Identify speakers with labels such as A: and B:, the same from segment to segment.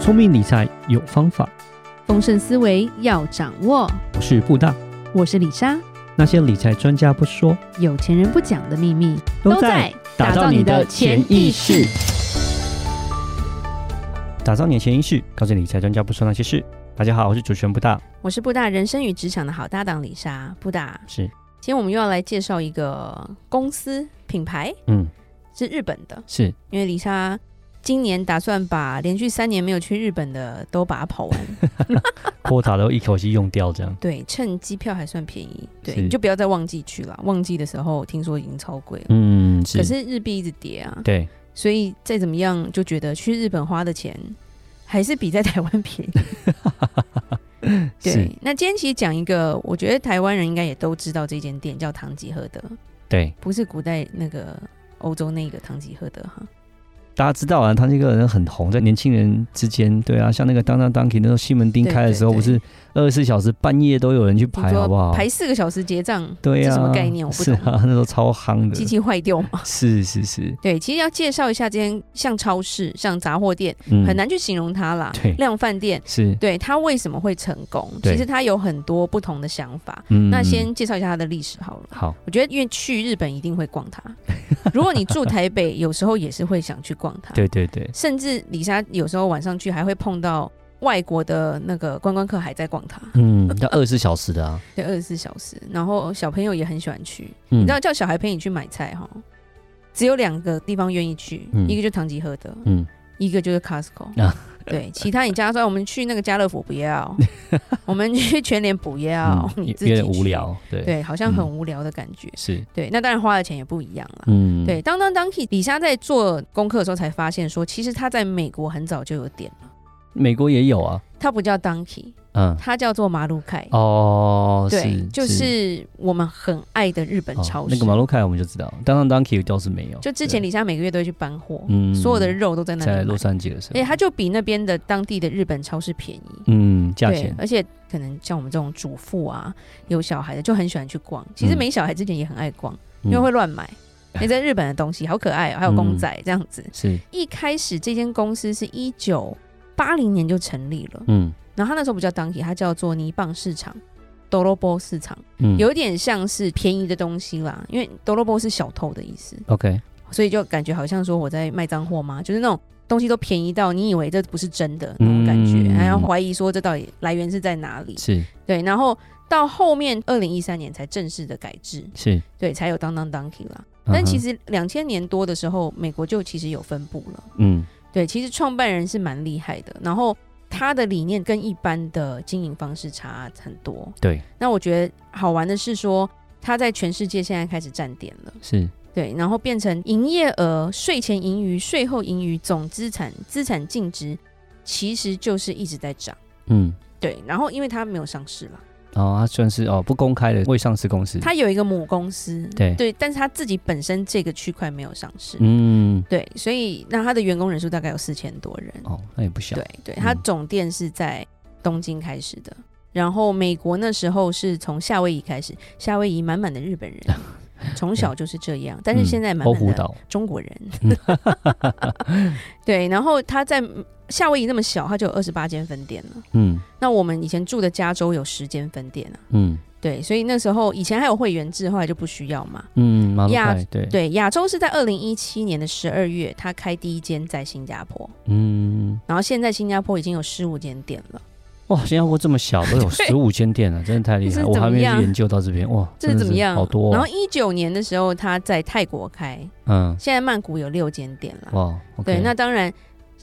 A: 聪明理财有方法，
B: 丰盛思维要掌握。
A: 我是布大。
B: 我是李莎，
A: 那些理财专家不说，
B: 有钱人不讲的秘密
A: 打造你的潜意识。，打造你的潜意识，告诉理财专家不说那些事。大家好，我是主持人布大，
B: 我是布大人生与职场的好搭档李莎。布大，
A: 是
B: 今天我们又要来介绍一个公司品牌，
A: 嗯
B: 是日本的，
A: 是
B: 因为李莎。今年打算把连续三年没有去日本的都把它跑 完，
A: quota 都一口气用掉这样。
B: 对，趁机票还算便宜，对，
A: 是
B: 你就不要再旺季去了。旺季的时候听说已经超贵了，
A: 嗯，
B: 可是日币一直跌啊，
A: 对，
B: 所以再怎么样就觉得去日本花的钱还是比在台湾便宜。
A: 是
B: 对，那今天其实讲一个，我觉得台湾人应该也都知道这间店叫唐吉诃德，
A: 对，
B: 不是古代那个欧洲那个唐吉诃德哈。
A: 大家知道啊，唐吉诃德很红，在年轻人之间，对啊，像那个当当当 y 那时候西门町
B: 对
A: 开的
B: 对
A: 时候，
B: 对
A: 不是二十四小时半夜都有人去排，
B: 听说
A: 好不好？
B: 排四个小时 结账，
A: 对
B: 这
A: 啊，
B: 什么概念我不
A: 是
B: 懂
A: 啊，那时候超夯
B: 机
A: 的，
B: 器坏掉嘛？
A: 是是是，
B: 对，其实要介绍一下这间像超市、像杂货店，
A: 嗯
B: 很难去形容它啦。
A: 对
B: 量贩店，
A: 是，
B: 对它为什么会成功？
A: 对
B: 其实它有很多不同的想法。
A: 嗯
B: 那
A: 嗯
B: 先啊介绍一下它的历史好了。
A: 好，
B: 我觉得，因为去日本一定会逛它。 如果你住台北，有时候也是会想去逛它。
A: 对对对，
B: 甚至李莎有时候晚上去还会碰到外国的那个观光客还在逛它，
A: 嗯，要二十四小时的啊，
B: 对，二十四小时。然后小朋友也很喜欢去，
A: 嗯
B: 你知道叫小孩陪你去买菜哈，只有两个地方愿意去，
A: 嗯
B: 一个就唐吉诃德，
A: 嗯，
B: 一个就是 Costco。
A: 啊
B: 对，其他你家说我们去那个家乐福 不要，我们去全联不要，
A: 嗯
B: 哦你
A: 有
B: 自
A: 有
B: 己
A: 点无
B: 去，
A: 聊，对，嗯
B: 对，好像很无聊的感觉。
A: 是，
B: 对，那当然花的钱也不一样啦。
A: 嗯，
B: 对，，当当 Donkey 李莎在做功课的时候才发现说，其实他在美国很早就有点了，
A: 美国也有啊，
B: 它不叫 Donkey，
A: 嗯，
B: 它叫做马路凯。
A: 哦，
B: 对，
A: 是，
B: 就是我们很爱的日本
A: 哦
B: 超市。
A: 那个马路开我们就知道，当当当 y 倒是没有，
B: 就之前李莎每个月都会去搬货，
A: 嗯
B: 所有的肉都在那哎
A: 对
B: 里买
A: 在洛杉矶的时
B: 而
A: 候
B: 且，它就比那边的当地的日本超市便宜。
A: 嗯，价
B: 对
A: 钱，，
B: 而且可能像我们这种主妇啊，有小孩的就很喜欢去逛。其实
A: 嗯
B: 没小孩之前也很爱逛，
A: 因
B: 因为会乱 买。那、在日本的东西好可爱哦、还有公
A: 嗯
B: 仔这样子。
A: 是，
B: 一开始这间公司是一九八零年就成立了，
A: 嗯
B: 然后它那时候不叫 Donkey，它叫做泥棒市场、多罗波市场，
A: 嗯，
B: 有点像是便宜的东西啦，因为多罗波是小偷的意思，
A: OK，
B: 所以就感觉好像说我在卖脏货嘛，就是那种。东西都便宜到你以为这不是真的那种感觉，
A: 嗯
B: 还要怀疑说这到底来源是在哪里？
A: 是
B: 对，然后到后面二零一三年才正式的改制，
A: 是，
B: 对，才有当当 Donkey 啦。但其
A: 嗯
B: 实两千年多的时候，美国就其实有分布了。
A: 哼嗯
B: 对，其实创办人是蛮厉害的，然后他的理念跟一般的经营方式差很多。
A: 对，
B: 那我觉得好玩的是说，他在全世界现在开始站点了，
A: 是，
B: 对，然后变成营业额、税前盈余、税后盈余、总资产、资产净值，其实就是一直在涨。
A: 嗯。
B: 对，然后因为他没有上市了，
A: 哦，它算是哦不公开的未上市公司，
B: 他有一个母公司，
A: 对
B: 对，但是他自己本身这个区块没有上市，
A: 嗯
B: 对，所以那他的员工人数大概有四千多人，
A: 哦，那也不小，
B: 对对，它
A: 嗯
B: 总店是在东京开始的，然后美国那时候是从夏威夷开始，夏威夷满满的日 本人，从小就是这样，但是
A: 嗯
B: 现在满
A: 欧
B: 满
A: 胡嗯
B: 的
A: 岛，
B: 中国人。 对，然后他在夏威夷那么小，他就有二十八间分店了。
A: 嗯
B: 那我们以前住的加州有十间分店啊，
A: 嗯
B: 对，所以那时候以前还有会员制，后来就不需要嘛。
A: 嗯，马路
B: 亚
A: 派对，
B: 对，亚洲是在二零一七年的十二月，他开第一间在新加坡，
A: 嗯，
B: 然后现在新加坡已经有十五间店了。
A: 哇，新加坡这么小都有十五间店了，真的太厉
B: 这
A: 害，
B: 是
A: 我
B: 怎
A: 还
B: 么
A: 没有
B: 样
A: 去研究到这边，哇，
B: 这是
A: 真的
B: 怎么样？
A: 好多哦，
B: 然后一九年的时候，他在泰国开，
A: 嗯，
B: 现在曼谷有六间店了。
A: 哇，OK，
B: 对，那当然，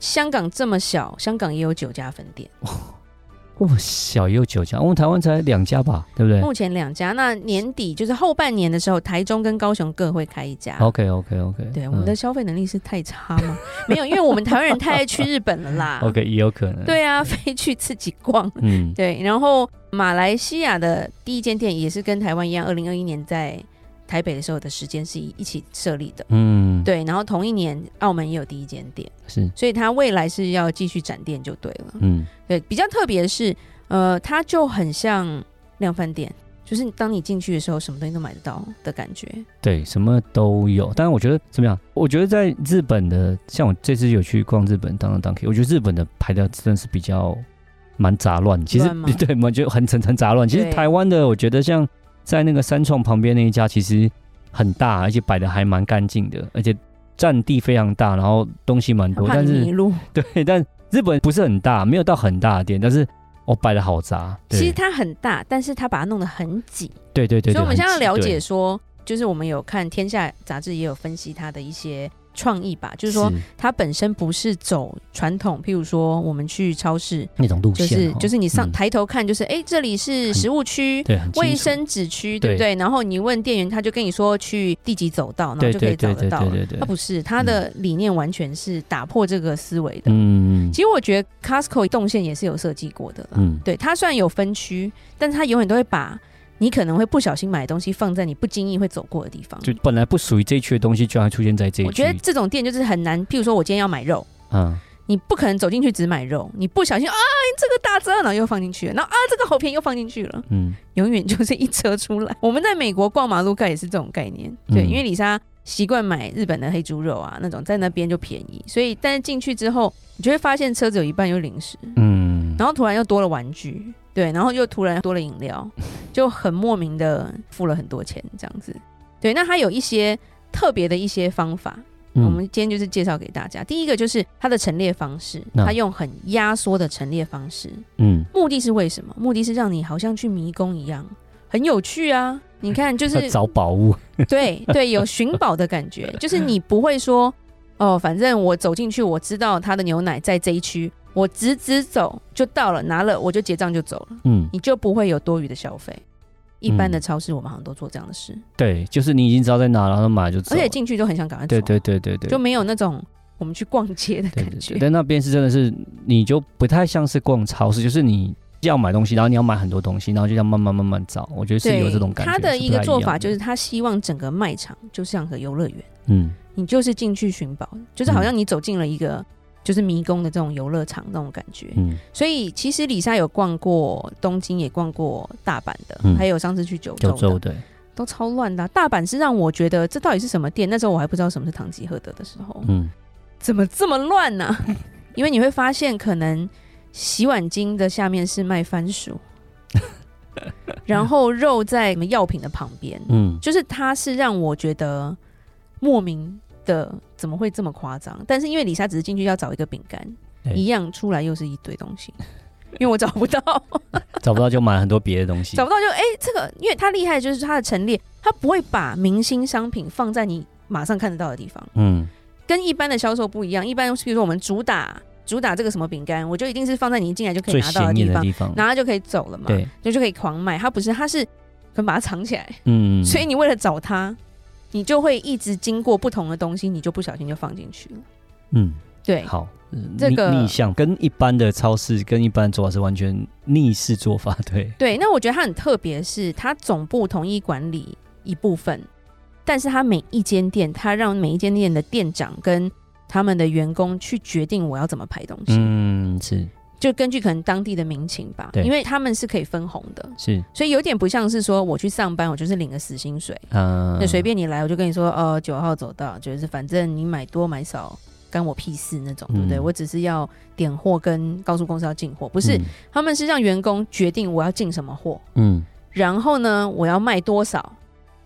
B: 香港这么小，香港也有九家分店，
A: 哇小也有九家，我们台湾才两家吧，对不对
B: 目前两家。那年底就是后半年的时候，台中跟高雄各会开一家。
A: ？OK OK OK，
B: 对，我们的消费能力是太差吗？ 没有，因为我们台湾人太爱去日本 了啦。
A: 哦 OK 也有可能，，
B: 对啊，非去自己逛。
A: 嗯
B: 对，然后马来西亚的第一间店也是跟台湾一样，二零二一年在台北的时候的时间是一一起设立的。
A: 嗯，
B: 对，然后同一年澳门也有第一间店，
A: 是，
B: 所以它未来是要继续展店就对了。
A: 嗯
B: 对，比较特别的是，呃，它就很像量贩店，就是当你进去的时候，什么东西都买得到的感觉。
A: 对，什么都有。但是我觉得怎么样？我觉得在日本的，像我这次有去逛日本当当当 K，我觉得日本的排的真的是比较蛮杂乱。其实
B: 乱吗
A: 对，我觉得很很很杂乱。其实
B: 对
A: 台湾的，我觉得像在那个三创旁边那一家，其实很大，而且摆的还蛮干净的，而且占地非常大，然后东西蛮
B: 他
A: 多。
B: 怕
A: 但
B: 你迷
A: 是
B: 路。
A: 对，但日本不是很大，没有到很大的店，但是哦摆的好杂。对
B: 其实它很大，但是它把它弄得很挤。
A: 对对对对，
B: 所以我们
A: 很
B: 现在要
A: 挤
B: 了解
A: 对
B: 说，就是我们有看《天下》杂志，也有分析它的一些创意吧，就是说它本身不是走传统，譬如说我们去超市，
A: 那种路
B: 就
A: 线
B: 是
A: 哦，
B: 就是你上
A: 嗯
B: 抬头看，就是哎、诶这里是食物区。
A: 对很清
B: 卫
A: 楚
B: 生纸区对不
A: 对
B: 对？然后你问店员，他就跟你说去第几走道，然后
A: 对
B: 就可以
A: 对
B: 找
A: 对
B: 得
A: 对
B: 到
A: 对
B: 了。
A: 对对
B: 它，不是，它的理念完全是打破这个思维的。
A: 嗯
B: 其实我觉得 Costco 动线也是有设计过的啦。
A: 嗯，
B: 对，它虽然有分区，但是它永远都会把你可能会不小心买的东西放在你不经意会走过的地方。
A: 就本来不属于这一区的东西，居然还出现在这一区。
B: 我觉得这种店就是很难，譬如说我今天要买肉。
A: 嗯，
B: 你不可能走进去只买肉，你不小心啊，这个打折，然后又放进去了，然后啊，这个好便宜又放进去了，
A: 嗯
B: 永远就是一车出来。 我们在美国逛马路盖也是这种概念，对，
A: 嗯
B: 因为李莎习惯买日本的黑猪肉啊，那种在那边就便宜，所以但是进去之后，你就会发现车子有一半有零食，
A: 嗯，
B: 然后突然又多了玩具，对，然后又突然多了饮料，就很莫名的付了很多钱这样子。对，那它有一些特别的一些方法，
A: 嗯
B: 我们今天就是介绍给大家。第一个就是它的陈列方式，
A: 那
B: 它用很压缩的陈列方式，
A: 嗯，
B: 目的是为什么？目的是让你好像去迷宫一样，很有趣啊！你看，就
A: 嗯要
B: 是
A: 找宝物，
B: 对对，有寻宝的感觉，就是你不会说哦，反正我走进去，我知道它的牛奶在这一区，我直直走就到了，拿了我就结账就走了，
A: 嗯，
B: 你就不会有多余的消费。一般的
A: 嗯
B: 超市我们好像都做这样的事，
A: 对，就是你已经知道在哪，然后买就走
B: 而
A: 了。
B: 且进去就很想赶快走，
A: 对对对对对，
B: 就没有那种我们去逛街的
A: 对
B: 感
A: 对
B: 觉。
A: 对，但那边是真的是，你就不太像是逛超市，就是你。要买东西，然后你要买很多东西，然后就这样慢慢慢慢找。我觉得是
B: 对
A: 有这种感觉。
B: 他的
A: 是不
B: 一个
A: 太
B: 做
A: 样
B: 法
A: 的
B: 就是，他希望整个卖场就像个游乐园，
A: 嗯，
B: 你就是进去寻宝，就是好像你走进了一个就是迷宫的这种游乐场那种感觉。
A: 嗯
B: 所以其实李莎有逛过东京，也逛过大阪的，
A: 嗯
B: 还有上次去九州
A: 九
B: 的，
A: 州对，
B: 都超乱的啊、大阪是让我觉得这到底是什么店？那时候我还不知道什么是唐吉诃德的时候，
A: 嗯
B: 怎么这么乱 呢、因为你会发现，可能洗碗巾的下面是卖 番薯，然后肉在什么药品的旁边，
A: 嗯
B: 就是它是让我觉得莫名的怎么会这么夸张？但是因为李莎只是进去要找一个饼干，
A: 对
B: 一样出来又是一堆东西， 因为我找不到，
A: 嗯 找不到就买很多别的东西
B: 找。不到就哎、这个因为它厉害的就是它的陈列，它不会把明星商品放在你马上看得到的地方，
A: 嗯
B: 跟一般的销售不一样。一般比如说我们主打主打这个什么饼干，我就一定是放在你一进来就可以
A: 最
B: 拿到的
A: 显眼
B: 地
A: 的
B: 方，
A: 地方。
B: 拿了就可以走了嘛，
A: 对，
B: 就就可以狂卖。它不是，它是可能把它藏起来。
A: 嗯，
B: 所以你为了找它，你就会一直经过不同的东西，你就不小心就放进去了。
A: 嗯，
B: 对，
A: 好，嗯
B: 这
A: 逆
B: 个
A: 逆向跟一般的超市跟一般的做法是完全逆势做法， 对，
B: 对。那我觉得它很特别，是它总部统一管理一部分，但是它每一间店，它让每一间店的店长跟他们的员工去决定我要怎么排东西，
A: 嗯，是
B: 就根据可能当地的民情吧，
A: 对
B: 因为他们是可以分红的，
A: 是，
B: 所以有点不像是说我去上班，我就是领个死薪水，
A: 嗯，
B: 那随便你来，我就跟你说，呃，九号走到，就是反正你买多买少干我屁事那种，对不对？
A: 嗯
B: 我只是要点货跟告诉公司要进货，不是，他们是让员工决定我要进什么货，
A: 嗯，
B: 然后呢，我要卖多少，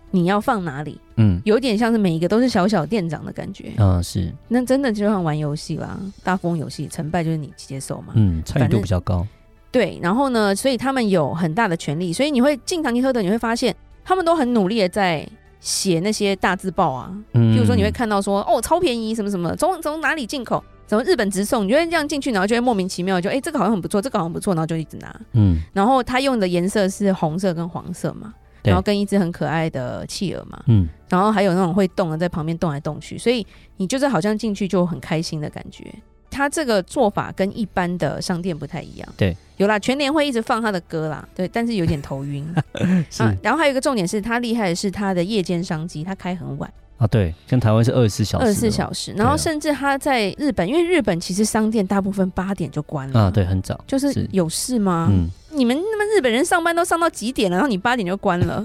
B: 你要放哪里，
A: 嗯
B: 有点像是每一个都是小小店长的感觉
A: 嗯，。啊是，
B: 那真的就像玩游戏啦，大富翁游戏成败就是你接受嘛。
A: 嗯，参与
B: 反
A: 度
B: 正
A: 比较高，
B: 对，然后呢，所以他们有很大的权利，所以你会进堂吉诃德，你会发现他们都很努力的在写那些大字报啊，
A: 嗯，
B: 譬如说你会，看到说哦超便宜什么什么，从从哪里进口，从日本直送，你就会这样进去，然后就会莫名其妙就哎、这个好像很不错，这个好像不错，然后就一直拿。
A: 嗯
B: 然后它用的颜色是红色跟黄色嘛，
A: 对
B: 然后跟一只很可爱的企鹅嘛，
A: 嗯
B: 然后还有那种会动的在旁边动来动去，所以你就是好像进去就很开心的感觉。它这个做法跟一般的商店不太一样。
A: 对，
B: 有啦，全联会一直放他的歌啦，对，但是有点头晕。
A: 是
B: 啊，然后还有一个重点是，它厉害的是它的夜间商机，它开很晚。
A: 啊对，跟台湾是二十四小时，
B: 二十四小时，然
A: 对
B: 后
A: 啊
B: 甚至他在日本，因为日本其实商店大部分八点就关
A: 时
B: 了
A: 啊啊，对，很早，
B: 就是
A: 是
B: 有事吗？
A: 嗯
B: 你们那么日本人上班都上到几点了？然后你八点就关 了，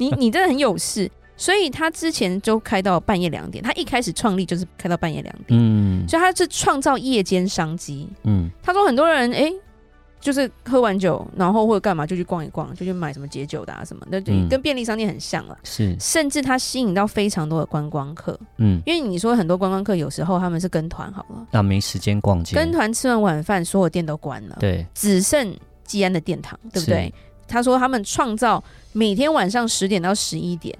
B: 你你真的很有事。所以他之前就开到半夜两点，他一开始创立就是开到半夜两点，
A: 嗯
B: 所以他是创造夜间商机。
A: 嗯
B: 他说很多人哎、诶就是喝完酒，然后或者干嘛就去逛一逛，就去买什么解酒的啊什么的，就
A: 嗯
B: 跟便利商店很像了。
A: 是
B: 甚至他吸引到非常多的观光客，
A: 嗯，
B: 因为你说很多观光客有时候他们是跟团好了，
A: 那没时间逛街，
B: 跟团吃完晚饭，所有店都关了，
A: 对
B: 只剩吉安的殿堂，对不对？他说他们创造每天晚上十点到十一点，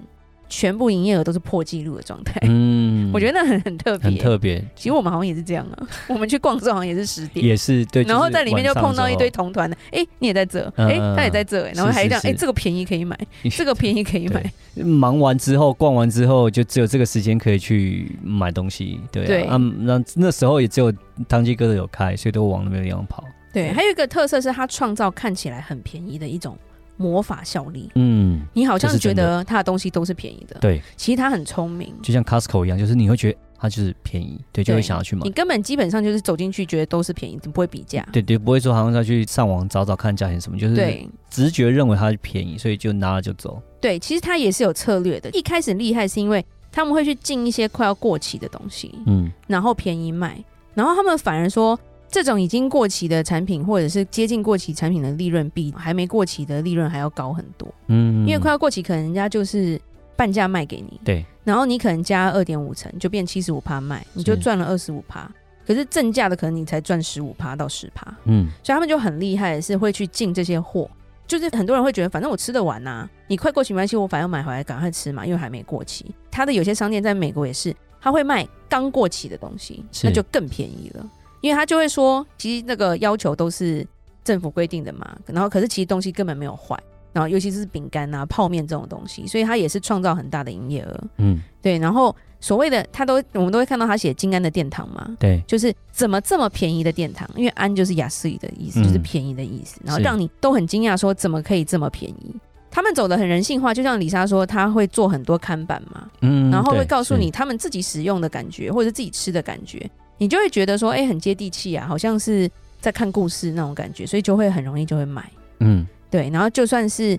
B: 全部营业额都是破纪录的状态，
A: 嗯，
B: 哎 我觉得那很很特别。
A: 很特别，
B: 其实我们好像也是这样啊， 我们去逛之后好像也是十点。
A: 也是对，
B: 然后
A: 是
B: 在里面就
A: 晚上的
B: 碰到一堆
A: 时
B: 同团的，哎、你也在这，
A: 嗯
B: 哎、他也在这、哎，然后还
A: 是
B: 这样，
A: 是
B: 哎、
A: 是
B: 这个便宜可 以买，
A: 候
B: 这个便宜可以买，
A: 对忙完之后逛完之后，就只有这个时间可以去买东西，对
B: 对
A: 啊，啊那那时候也只有当机哥的有开，所以都往那边地方跑，
B: 对，还有一个特色是它创造看起来很便宜的一种魔法效力。
A: 嗯，
B: 你好
A: 这
B: 像
A: 是
B: 觉
A: 真的
B: 得它的东西都是便宜的，
A: 对，
B: 其实它很聪明，
A: 就像 Costco 一样，就是你会觉得它就是便宜，对，就会
B: 对
A: 想要去买
B: 你，根本基本上就是走进去觉得都是便宜，你不会比价。
A: 对对，不会说好像再去上网找找看价钱什么，就是
B: 对
A: 直觉认为它便宜，所以就拿了就走，
B: 对，其实它也是有策略的。一开始厉害是因为他们会去进一些快要过期的东西，
A: 嗯
B: 然后便宜卖，然后他们反而说。这种已经过期的产品，或者是接近过期产品的利润，比还没过期的利润还要高很多。
A: 嗯，
B: 因为快要过期，可能人家就是半价卖给你，
A: 对，
B: 然后你可能加二点五成，就变七十五趴卖，你就赚了二十五趴。可是正价的可能你才赚十五趴到十趴，
A: 嗯
B: 所以他们就很厉害，是会去进这些货。就是很多人会觉得，反正我吃得完呐、啊你快过期没关系，我反正买回来赶快吃嘛，因为还没过期。他的有些商店在美国也是，他会卖刚过期的东西，
A: 是
B: 那就更便宜了，因为他就会说，其实那个要求都是政府规定的嘛，然后可是其实东西根本没有坏，然后尤其是饼干啊、泡面这种东西，所以他也是创造很大的营业额。
A: 嗯
B: 对，然后所谓的他都我们都会看到他写金安的殿堂嘛，
A: 对，
B: 就是怎么这么便宜的殿堂，因为安就是雅思语的意思，
A: 嗯
B: 就是便宜的意思，然后
A: 是
B: 让你都很惊讶说怎么可以这么便宜。他们走的很人性化，就像李莎说，他会做很多看板嘛，
A: 嗯，
B: 然后会
A: 对
B: 告诉
A: 是
B: 你他们自己使用的感觉，或者自己吃的感觉，你就会觉得说，哎、很接地气啊，好像是在看故事那种感觉，所以就会很容易就会买。
A: 嗯
B: 对，然后就算是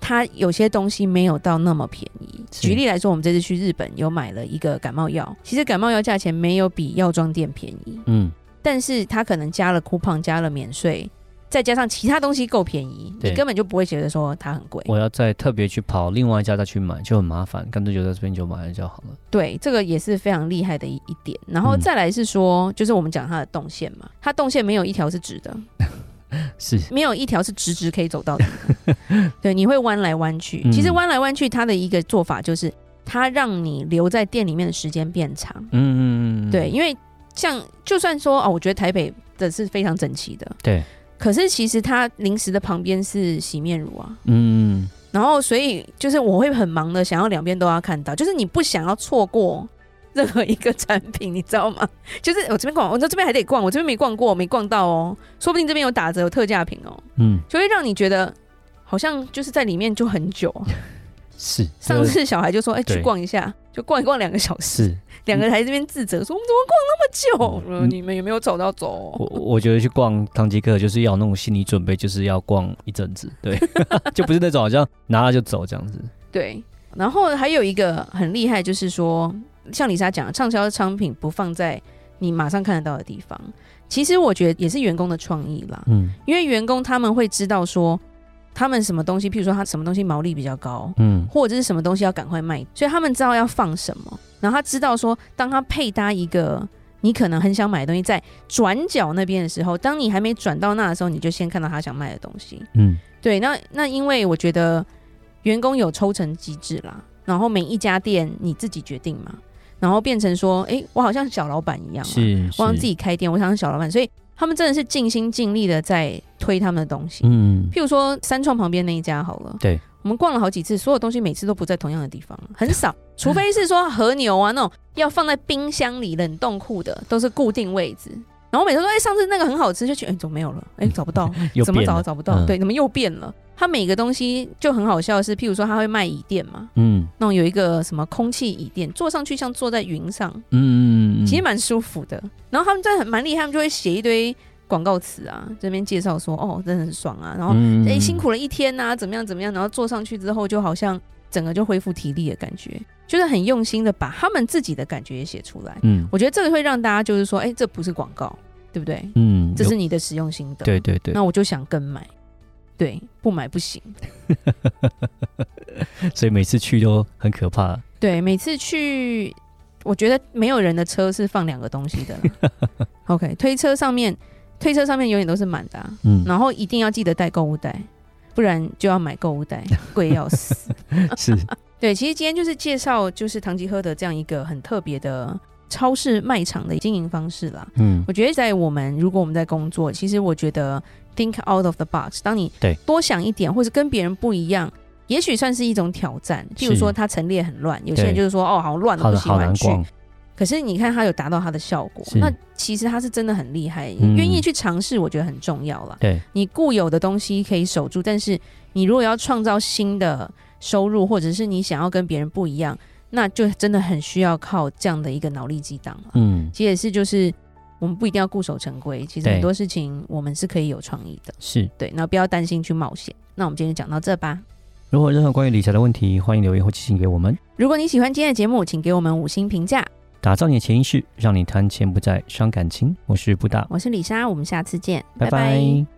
B: 它有些东西没有到那么便宜，
A: 是
B: 举例来说，我们这次去日本有买了一个感冒药，其实感冒药价钱没有比药妆店便宜，
A: 嗯
B: 但是它可能加了 coupon，加了免税，再加上其他东西够便宜，
A: 对
B: 你根本就不会觉得说它很贵。
A: 我要再特别去跑另外一家再去买，就很麻烦，干脆就在这边就买了就好了。
B: 对，这个也是非常厉害的一一点。然后
A: 嗯
B: 再来是说，就是我们讲它的动线嘛，它动线没有一条是直的，
A: 是，
B: 没有一条是直直可以走到底 的。对，你会弯来弯去。
A: 嗯
B: 其实弯来弯去，它的一个做法就是，它让你留在店里面的时间变长。
A: 嗯嗯嗯，
B: 对，
A: 为
B: 因为像就算说哦，我觉得台北的是非常整齐的，
A: 对，
B: 可是其实它零食的旁边是洗面乳啊。
A: 嗯
B: 然后，所以就是我会很忙的，想要两边都要看到，就是你不想要错过任何一个产品，你知道吗？ 就是我这边逛，我这边还得逛，我这边没逛过，没逛到哦，说不定这边有打折，有特价品哦，
A: 嗯
B: 就会让你觉得好像就是在里面就很 久。
A: 是，
B: 上次小孩就说：“哎、
A: 对
B: 去逛一下，就逛一逛两个小时。
A: 是”
B: 两个还在这边自责说：“我们怎么逛那么久？
A: 嗯
B: 呃你们有没有找到走
A: 我我觉得去逛唐吉诃德就是要有那种心理准备，就是要逛一阵子，对， 就不是那种好像拿了就走这样子。？”
B: 对。然后还有一个很厉害，就是说，像李莎讲的，畅销商品不放在你马上看得到的地方。其实我觉得也是员工的创意啦，
A: 嗯
B: 因为员工他们会知道说，他们什么东西，譬如说他什么东西毛利比较高，
A: 嗯
B: 或者是什么东西要赶快卖，所以他们知道要放什么，然后他知道说，当他配搭一个你可能很想买的东西，在转角那边的时候，当你还没转到那的时候，你就先看到他想卖的东西。
A: 嗯
B: 对，那那因为我觉得员工有抽成机制啦，然后每一家店你自己决定嘛，然后变成说，诶，我好像小老板一样、啊，
A: 是，
B: 我想
A: 是
B: 自己开店，我想小老板，所以他们真的是尽心尽力的在推他们的东西。
A: 嗯
B: 譬如说三创旁边那一家好了，
A: 对，
B: 我们逛了好几次，所有东西每次都不在同样的地方，很 少，除非是说和牛啊那种要放在冰箱里冷冻库的，都是固定位置。然后每次说，哎、上次那个很好吃，就去，哎、怎么没有了？哎、找不到，
A: 嗯 又
B: 怎么
A: 变
B: 找
A: 了
B: 都找不到？
A: 嗯
B: 对，怎么又变了？它每个东西就很好笑的是，譬如说它会卖椅垫嘛，
A: 嗯
B: 那种有一个什么空气椅垫，坐上去像坐在云上，
A: 嗯嗯嗯，
B: 其实蛮舒服的。然后他们真的很蛮厉害，他们就会写一堆广告词啊，这边介绍说哦，真的很爽啊，然后
A: 嗯
B: 哎、辛苦了一天呐、怎么样怎么样，然后坐上去之后就好像整个就恢复体力的感觉，就是很用心的把他们自己的感觉也写出来。
A: 嗯
B: 我觉得这个会让大家就是说，哎、这不是广告，对不对？
A: 嗯，
B: 这
A: 有
B: 是你的使用心得。
A: 对对对，
B: 那我就想跟买，对，不买不行。嗯
A: 所以每次去都很可怕。
B: 对，每次去，我觉得没有人的车是放两个东西的啦。OK，推车上面，推车上面永远都是满的、啊，
A: 嗯，
B: 然后一定要记得带购物袋，不然就要买购物袋，贵要死。
A: 是，
B: 对，其实今天就是介绍就是唐吉诃德这样一个很特别的超市卖场的经营方式啦。
A: 嗯
B: 我觉得在我们如果我们在工作，其实我觉得 think out of the box，当你
A: 对
B: 多想一点，或是跟别人不一样。也许算是一种挑战，譬如
A: 是
B: 说它陈列很乱，有些人
A: 对
B: 就是说哦，好乱，我
A: 好
B: 不
A: 的，
B: 喜
A: 好难
B: 欢去。
A: 逛。
B: 可是你看，它有达到它的效果，
A: 是
B: 那其实它是真的很厉害，
A: 嗯
B: 愿意去尝试，我觉得很重要啦。
A: 对，
B: 你固有的东西可以守住，但是你如果要创造新的收入，或者是你想要跟别人不一样，那就真的很需要靠这样的一个脑力激荡了。
A: 嗯，
B: 其实也是就是我们不一定要固守成规，其实
A: 对
B: 很多事情我们是可以有创意的。
A: 是。
B: 对，那不要担心去冒险。那我们今天就讲到这吧。
A: 如果有任何关于理财的问题，欢迎留言或寄信给我们。
B: 如果你喜欢今天的节目，请给我们五星评价。
A: 打造你的潜意识，让你谈钱不再伤感情。我是布达，
B: 我是李莎，我们下次见，
A: 拜拜